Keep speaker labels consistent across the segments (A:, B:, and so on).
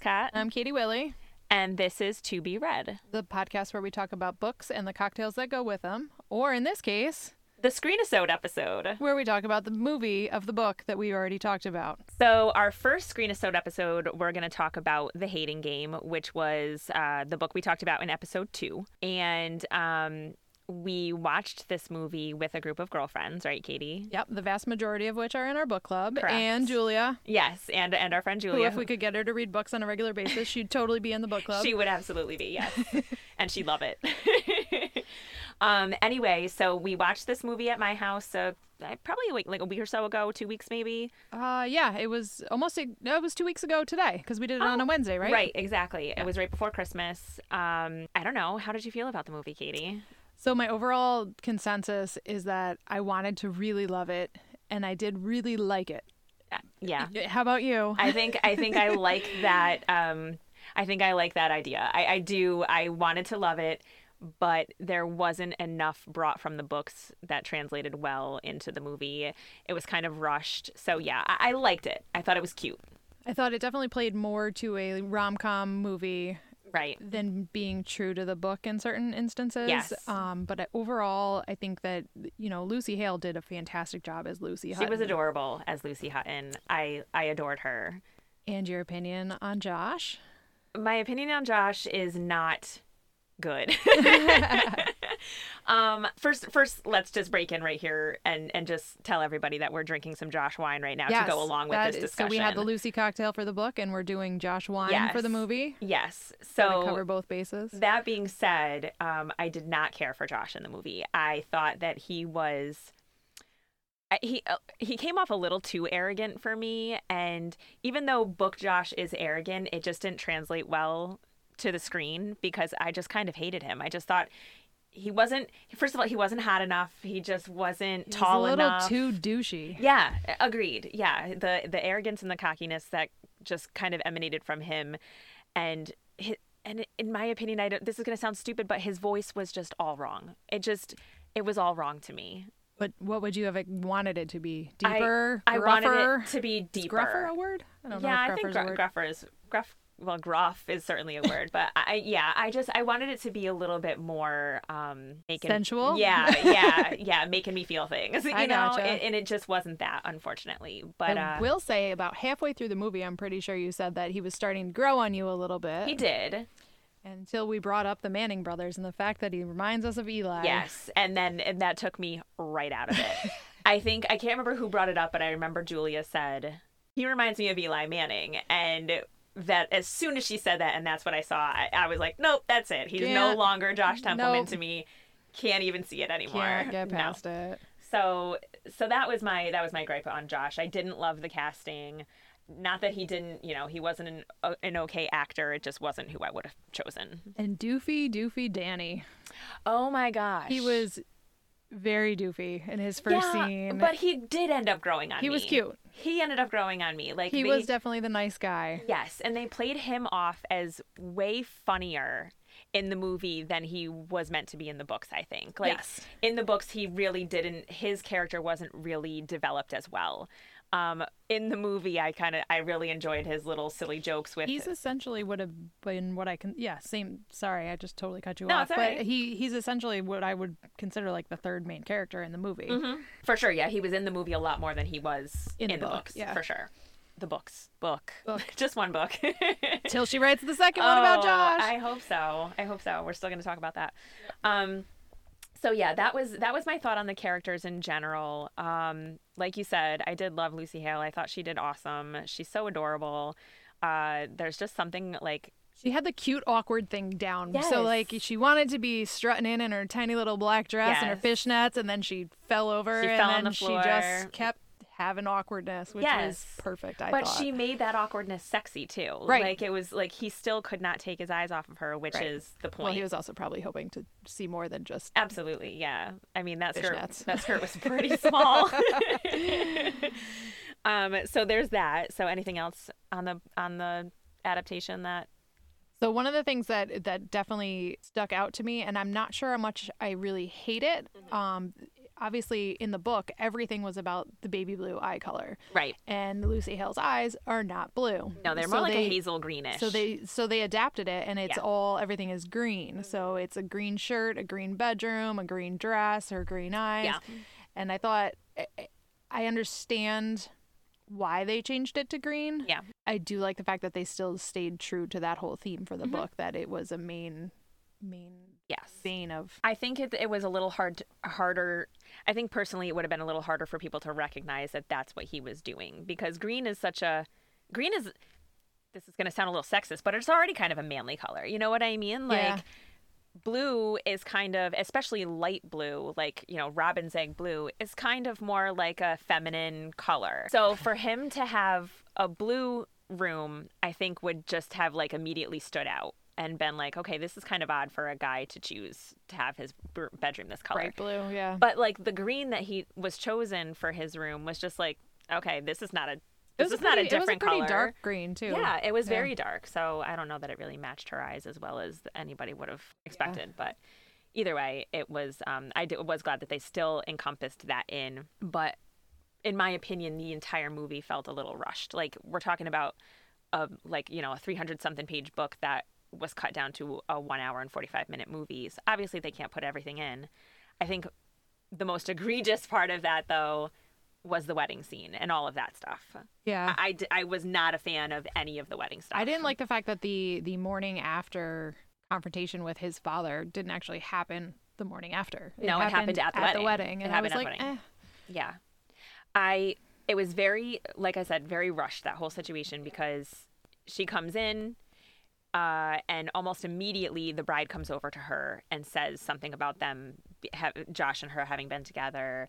A: Cat,
B: I'm Katie Willie,
A: and this is To Be Read.
B: the podcast where we talk about books and the cocktails that go with them, or in this case,
A: The Screenisode episode.
B: where we talk about the movie of the book that we already talked about.
A: So, our first Screenisode episode, we're going to talk about The Hating Game, which was uh, the book we talked about in episode two. And um, we watched this movie with a group of girlfriends, right, Katie?
B: Yep, the vast majority of which are in our book club.
A: Correct.
B: And Julia,
A: Yes, and and our friend
B: who,
A: Julia.
B: if we could get her to read books on a regular basis, she'd totally be in the book club.
A: She would absolutely be, yes. and she'd love it. um, anyway, so we watched this movie at my house uh, probably like, like a week or so ago, two weeks maybe.
B: uh, yeah, it was almost, a, no, it was two weeks ago today because we did it
A: Oh,
B: on a Wednesday, right?
A: exactly. It was right before Christmas. Um, I don't know. How did you feel about the movie, Katie?
B: So my overall consensus is that I wanted to really love it and I did really like it.
A: Uh, Yeah.
B: How about you?
A: I think I think I like that. Um, I think I like that idea. I, I do. I wanted to love it, but there wasn't enough brought from the books that translated well into the movie. It was kind of rushed. So yeah, I, I liked it. I thought it was cute.
B: I thought it definitely played more to a rom com movie
A: Right.
B: than being true to the book in certain instances.
A: Yes.
B: Um, but I- overall, I think that, you know, Lucy Hale did a fantastic job as Lucy
A: She
B: Hutton.
A: was adorable as Lucy Hutton. I I adored her.
B: And your opinion on Josh?
A: my opinion on Josh is not good. um, first, first, let's just break in right here and and just tell everybody that we're drinking some Josh wine right now to go along with
B: that
A: this
B: is-
A: discussion.
B: So we had the Lucy cocktail for the book and we're doing Josh wine for the
A: Yes.
B: movie.
A: yes.
B: to
A: So
B: cover both bases.
A: that being said, um, I did not care for Josh in the movie. I thought that he was I- he uh, he came off a little too arrogant for me, and even though Book Josh is arrogant, it just didn't translate well to the screen because I just kind of hated him. I just thought he wasn't. First of all, he wasn't hot enough. He just wasn't
B: He's
A: tall
B: a little
A: enough.
B: too douchey.
A: Yeah, agreed. Yeah, the the arrogance and the cockiness that just kind of emanated from him, and hi and in my opinion, I don't, this is going to sound stupid, but his voice was just all wrong. It just it was all wrong to me.
B: But what would you have wanted it to be?
A: I-
B: Deeper,
A: I,
B: gruffer?
A: wanted it to be
B: Is
A: deeper.
B: gruffer a word? I don't
A: yeah,
B: know
A: I
B: if
A: think
B: gruffer's a
A: gru-
B: word.
A: gruffer is gruff. Well, gruff is certainly a word, but I yeah, I just I wanted it to be a little bit more um making,
B: Sensual?
A: Yeah, yeah, yeah, making me feel things. You
B: I
A: know,
B: gotcha.
A: and, and it just wasn't that, unfortunately. But
B: I
A: uh,
B: will say about halfway through the movie, I'm pretty sure you said that he was starting to grow on you a little bit.
A: he did.
B: Until we brought up the Manning brothers and the fact that he reminds us of Eli.
A: Yes, and then and that took me right out of it. I think I can't remember who brought it up, but I remember Julia said he reminds me of Eli Manning, and that as soon as she said that, and that's what I saw. I, I was like, nope, that's it. He's no
B: Can't-
A: longer Josh Templeman
B: nope.
A: to me. Can't even see it anymore.
B: Can't get
A: No.
B: past it.
A: So so that was my that was my gripe on Josh. I didn't love the casting. Not that he didn't, you know, he wasn't an uh, an okay actor. It just wasn't who I would have chosen.
B: And Doofy, Doofy, Danny.
A: Oh my gosh,
B: He was very doofy in his first scene.
A: But he did end up growing on
B: He
A: me.
B: was cute.
A: He ended up growing on me. Like
B: he
A: they-
B: was definitely the nice guy.
A: Yes, and they played him off as way funnier in the movie than he was meant to be in the books, I think. Like
B: Yes.
A: in the books he really didn't his character wasn't really developed as well. Um, in the movie I kind of I really enjoyed his little silly jokes with
B: He's essentially would have been what I can. Yeah, same. Sorry, I just totally cut you
A: No,
B: off.
A: it's all
B: but
A: right.
B: he he's essentially what I would consider like the third main character in the movie.
A: For sure, yeah, he was in the movie a lot more than he was
B: In
A: in,
B: the
A: the,
B: book,
A: books,
B: yeah.
A: for sure. The books, book,
B: Book.
A: just one book.
B: Till she writes the second one about
A: Oh,
B: Josh.
A: I hope so. I hope so. We're still going to talk about that. Um, so yeah, that was that was my thought on the characters in general. Um, like you said, I did love Lucy Hale. I thought she did awesome. She's so adorable. Uh, there's just something like
B: She had the cute awkward thing down.
A: Yes.
B: So like she wanted to be strutting in in her tiny little black dress and her fishnets, and then she fell over
A: She
B: and
A: fell
B: then
A: on the
B: she
A: floor.
B: just kept having awkwardness, which was
A: Yes.
B: perfect. I
A: but
B: thought.
A: she made that awkwardness sexy too.
B: Right.
A: Like it was like he still could not take his eyes off of her, which
B: Right.
A: is the point.
B: well, he was also probably hoping to see more than just.
A: Absolutely, yeah. I mean that skirt
B: Fishnets.
A: that skirt was pretty small. um, so there's that. So anything else on the on the adaptation that
B: So one of the things that
A: Mm-hmm.
B: that definitely stuck out to me, and I'm not sure how much I really hate it. Um, obviously in the book everything was about the baby blue eye color
A: Right.
B: and Lucy Hale's eyes are not blue.
A: No, they're more
B: So
A: like
B: they-
A: a hazel greenish.
B: So they so they adapted it and it's
A: Yeah. Mm-hmm.
B: all everything is green. So it's a green shirt, a green bedroom, a green dress, her green eyes.
A: Yeah. Mm-hmm.
B: And I thought I- I understand why they changed it to green.
A: Yeah.
B: I do like the fact that they still stayed true to that whole theme for the
A: Mm-hmm.
B: book that it was a main main
A: yes.
B: vein of
A: I think it, it was a little hard to- harder. I think personally it would have been a little harder for people to recognize that that's what he was doing because green is such a green is this is going to sound a little sexist, but it's already kind of a manly color. You know what I mean? Like
B: Yeah.
A: blue is kind of especially light blue, like, you know, robin's egg blue is kind of more like a feminine color. So for him to have a blue room, I think would just have like immediately stood out and been like, okay, this is kind of odd for a guy to choose to have his b- bedroom this color.
B: bright blue, yeah.
A: But like the green that he was chosen for his room was just like, okay, this is not a
B: It
A: this is
B: was
A: not a
B: pretty-
A: different
B: it was a pretty
A: color.
B: dark green too.
A: Yeah, it was
B: Yeah.
A: very dark. So I don't know that it really matched her eyes as well as anybody would have expected. But either way, it was. Um, I d- was glad that they still encompassed that in. But in my opinion, the entire movie felt a little rushed. Like we're talking about, a, like you know, a three hundred something page book that was cut down to a one hour and forty five minute movie. So obviously, they can't put everything in. I think the most egregious part of that though was the wedding scene and all of that stuff.
B: Yeah.
A: I, d- I was not a fan of any of the wedding stuff.
B: I didn't like the fact that the the morning after confrontation with his father didn't actually happen the morning after.
A: No, it happened at the wedding. It
B: and I
A: happened
B: was
A: at the
B: like,
A: wedding.
B: eh.
A: Yeah. I it was very like I said very rushed that whole situation because she comes in uh, and almost immediately the bride comes over to her and says something about them be- ha- Josh and her having been together.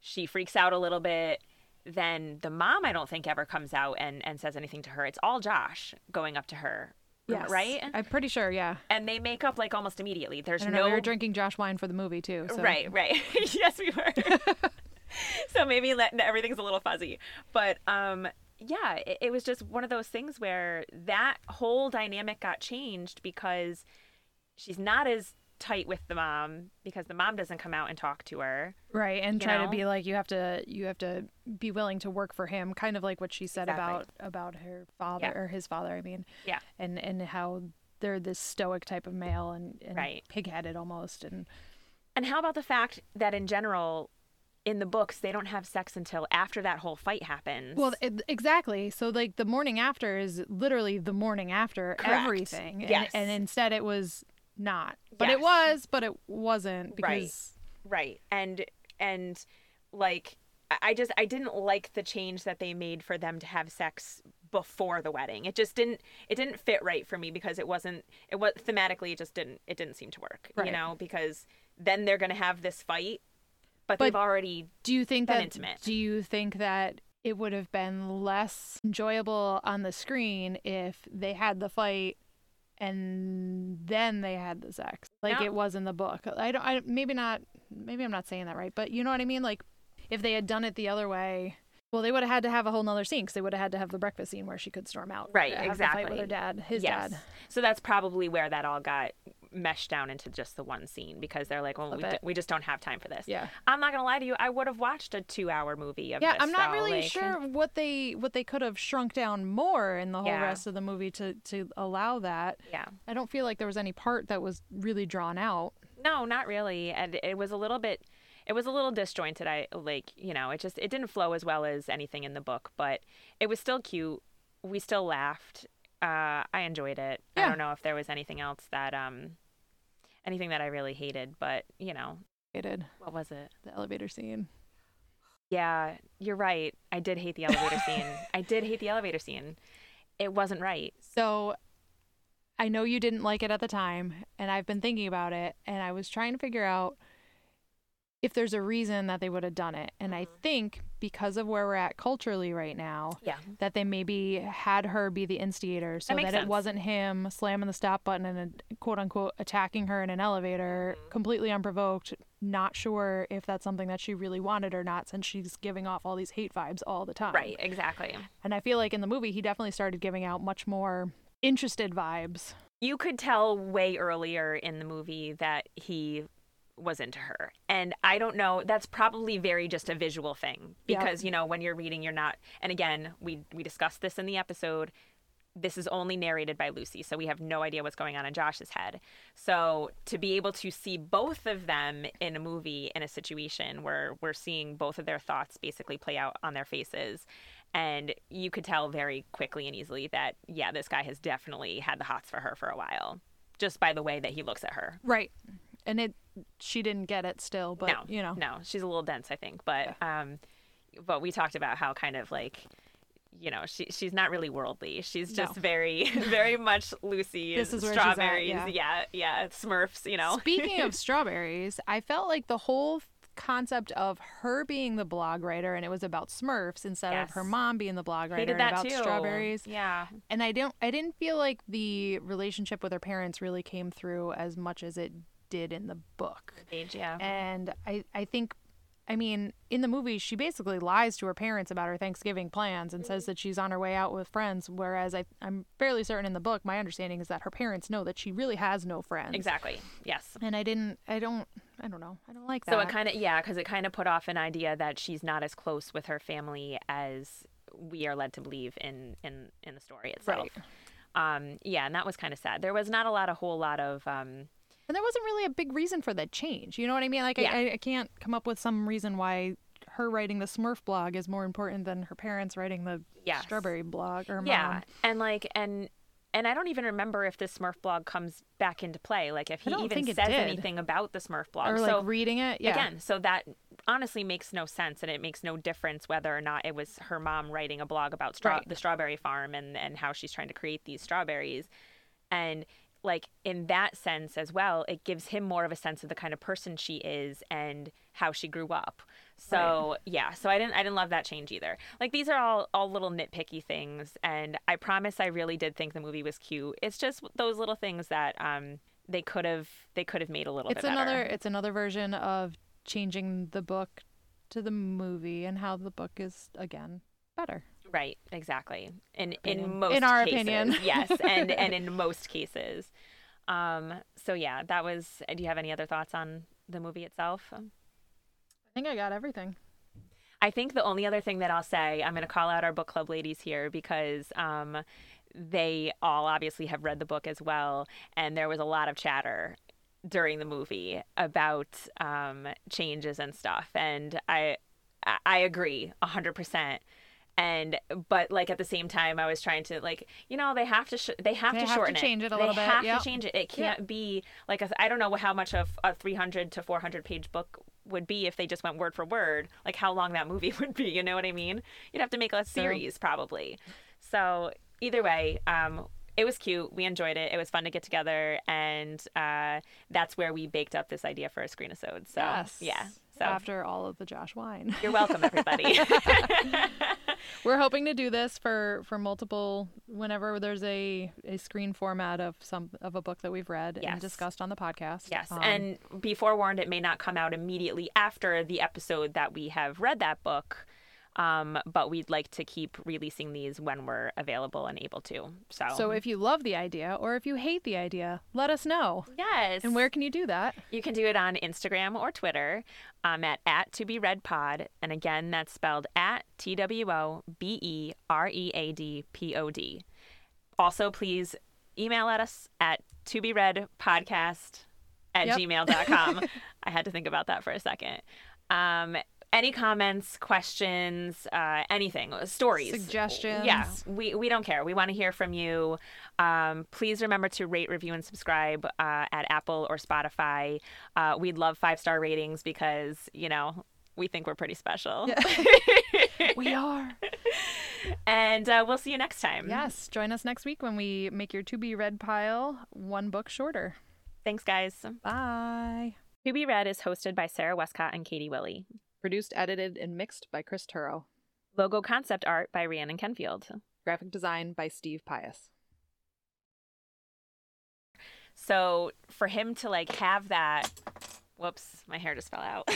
A: She freaks out a little bit. Then the mom I don't think ever comes out and and says anything to her. It's all Josh going up to her.
B: Yes.
A: Right?
B: I'm pretty sure. Yeah.
A: and they make up like almost immediately. There's
B: I don't
A: no
B: know. We were drinking Josh wine for the movie too. So.
A: Right, right. yes, we were. so maybe let, everything's a little fuzzy, but um, yeah, it, it was just one of those things where that whole dynamic got changed because she's not as tight with the mom because the mom doesn't come out and talk to her.
B: Right. And
A: You
B: try
A: know?
B: to be like you have to you have to be willing to work for him, kind of like what she said
A: Exactly.
B: about about her father
A: Yeah.
B: or his father. I mean.
A: Yeah.
B: And and how they're this stoic type of male and, and
A: Right.
B: pig-headed almost and
A: And how about the fact that in general, in the books, they don't have sex until after that whole fight happens.
B: Well, it, exactly. So, like, the morning after is literally the morning after
A: Correct.
B: everything. And-
A: Yes.
B: And, instead, it was not. But
A: Yes.
B: it was, but it wasn't
A: Right.
B: because
A: right and and like I- i just i didn't like the change that they made for them to have sex before the wedding it just didn't it didn't fit right for me because it wasn't it was thematically it just didn't it didn't seem to work you
B: Right.
A: know because then they're gonna have this fight but,
B: But-
A: they've already
B: do you think
A: Been
B: that
A: intimate.
B: do you think that it would have been less enjoyable on the screen if they had the fight and then they had the sex like
A: No.
B: it was in the book i don't I, maybe not maybe i'm not saying that right but you know what i mean like if they had done it the other way well they would have had to have a whole nother scene because they would have had to have the breakfast scene where she could storm out
A: Right,
B: have the fight
A: exactly.
B: with her dad his
A: yes
B: dad
A: so that's probably where that all got meshed down into just the one scene because they're like well we,
B: bit.
A: d- we just don't have time for this
B: Yeah.
A: i'm not gonna lie to you i would have watched a two hour movie of
B: yeah
A: this,
B: i'm not
A: though,
B: really
A: like-
B: sure what they what they could have shrunk down more in the whole
A: Yeah.
B: rest of the movie to to allow that
A: yeah
B: I don't feel like there was any part that was really drawn out.
A: No, not really. And it was a little bit it was a little disjointed. I like, you know, it just it didn't flow as well as anything in the book, but it was still cute. We still laughed. Uh I enjoyed it. I
B: Yeah.
A: don't know if there was anything else that um anything that I really hated, but you know,
B: It did
A: what was it?
B: the elevator scene.
A: Yeah, you're right. I did hate the elevator scene. I did hate the elevator scene. It wasn't right.
B: So I know you didn't like it at the time, and I've been thinking about it, and I was trying to figure out if there's a reason that they would have done it. And I
A: Mm-hmm.
B: think because of where we're at culturally right now,
A: Yeah.
B: that they maybe had her be the instigator so
A: makes
B: that, it
A: sense.
B: wasn't him slamming the stop button and uh, quote unquote attacking her in an elevator
A: Mm-hmm.
B: completely unprovoked not sure if that's something that she really wanted or not since she's giving off all these hate vibes all the time
A: Right, exactly.
B: and i feel like in the movie he definitely started giving out much more interested vibes
A: you could tell way earlier in the movie that he was into her. And I don't know, that's probably very just a visual thing
B: Yep.
A: because you know, when you're reading you're not and again, we we discussed this in the episode. This is only narrated by Lucy, so we have no idea what's going on in Josh's head. So to be able to see both of them in a movie in a situation where we're seeing both of their thoughts basically play out on their faces and you could tell very quickly and easily that yeah, this guy has definitely had the hots for her for a while just by the way that he looks at her.
B: Right. And it she didn't get it still, but
A: no,
B: you know.
A: no, she's a little dense, I think. But um, but we talked about how kind of like, you know, she she's not really worldly. She's just very, very much Lucy.
B: This is where she's at,
A: strawberries. yeah. yeah, Smurfs. You know.
B: Speaking of strawberries, I felt like the whole concept of her being the blog writer and it was about Smurfs instead of
A: Yes.
B: her mom being the blog writer
A: Hated
B: and
A: that
B: about
A: too.
B: strawberries.
A: Yeah.
B: And I don't I didn't feel like the relationship with her parents really came through as much as it did in the book.
A: Age, yeah.
B: And I, I think, I mean, in the movie, she basically lies to her parents about her Thanksgiving plans and says that she's on her way out with friends. Whereas I, I'm fairly certain in the book, my understanding is that her parents know that she really has no friends.
A: exactly. Yes.
B: And I didn't, I don't, I don't know. I don't like that.
A: So it kind of yeah, because it kind of put off an idea that she's not as close with her family as we are led to believe in in in the story itself.
B: Right.
A: Um, yeah, and that was kind of sad. There was not a lot, a whole lot of um,
B: and there wasn't really a big reason for that change. You know what I mean? Like,
A: Yeah.
B: I, I can't come up with some reason why her writing the Smurf blog is more important than her parents writing the
A: Yes.
B: strawberry blog or
A: Yeah,
B: mom.
A: and like and and I don't even remember if the Smurf blog comes back into play. Like if he
B: don't
A: even
B: think it
A: says
B: did.
A: anything about the Smurf blog.
B: Or like
A: Um, so
B: reading it. Yeah.
A: again, so that honestly makes no sense, and it makes no difference whether or not it was her mom writing a blog about straw-
B: Right.
A: the strawberry farm and and how she's trying to create these strawberries, and like in that sense as well, it gives him more of a sense of the kind of person she is and how she grew up. So yeah, so I didn't I didn't love that change either. Like these are all all little nitpicky things, and I promise I really did think the movie was cute. It's just those little things that um they could have they could have made a little
B: it's
A: bit better.
B: another it's another version of changing the book to the movie and how the book is again better
A: Right, exactly. In
B: Opinion.
A: in most
B: In our
A: cases,
B: opinion.
A: yes, and and in most cases. Um. So yeah, that was. Do you have any other thoughts on the movie itself?
B: i think i got everything
A: I think the only other thing that I'll say, I'm going to call out our book club ladies here because um, they all obviously have read the book as well, and there was a lot of chatter during the movie about um, changes and stuff, and I I- I agree 100 percent. And but like at the same time, I was trying to like you know they have to sh- they have
B: They
A: to
B: have to
A: shorten
B: change it a
A: They
B: little bit,
A: have
B: yep.
A: to change it. It can't be like a, I don't know how much of a 300 to 400 page book would be if they just went word for word, like how long that movie would be. You know what I mean? You'd have to make a series probably. So either way, um, it was cute. We enjoyed it. It was fun to get together, and uh, that's where we baked up this idea for a screen episode. So yeah. So
B: after all of the josh wine
A: you're welcome, everybody.
B: we're hoping to do this for for multiple whenever there's a a screen format of some of a book that we've read and
A: Yes.
B: discussed on the podcast
A: Yes,
B: Um,
A: and be forewarned, it may not come out immediately after the episode that we have read that book, um, but we'd like to keep releasing these when we're available and able to. So,
B: so if you love the idea or if you hate the idea let us know
A: yes,
B: and where can you do that
A: you can do it on Instagram or Twitter um, at at to be read pod, and again that's spelled at t w o b e r e a d p o d. Also, please email at us at to be read podcast at
B: Yep.
A: gmail.com. I had to think about that for a second. Um, any comments, questions, uh, anything, stories,
B: Suggestions.
A: Yeah, we, we don't care. We want to hear from you. Um, please remember to rate, review, and subscribe uh, at Apple or Spotify. Uh, we'd love five star ratings because, you know, we think we're pretty special.
B: we are
A: And uh, we'll see you next time.
B: yes join us next week when we make your to be read pile one book shorter
A: Thanks, guys.
B: Bye.
A: To Be Read is hosted by Sarah Westcott and Katie Willie.
B: Produced, edited, and mixed by Chris Turro.
A: Logo concept art by Rhiannon Kenfield.
B: Graphic design by Steve Pius.
A: So for him to like have that, whoops, my hair just fell out.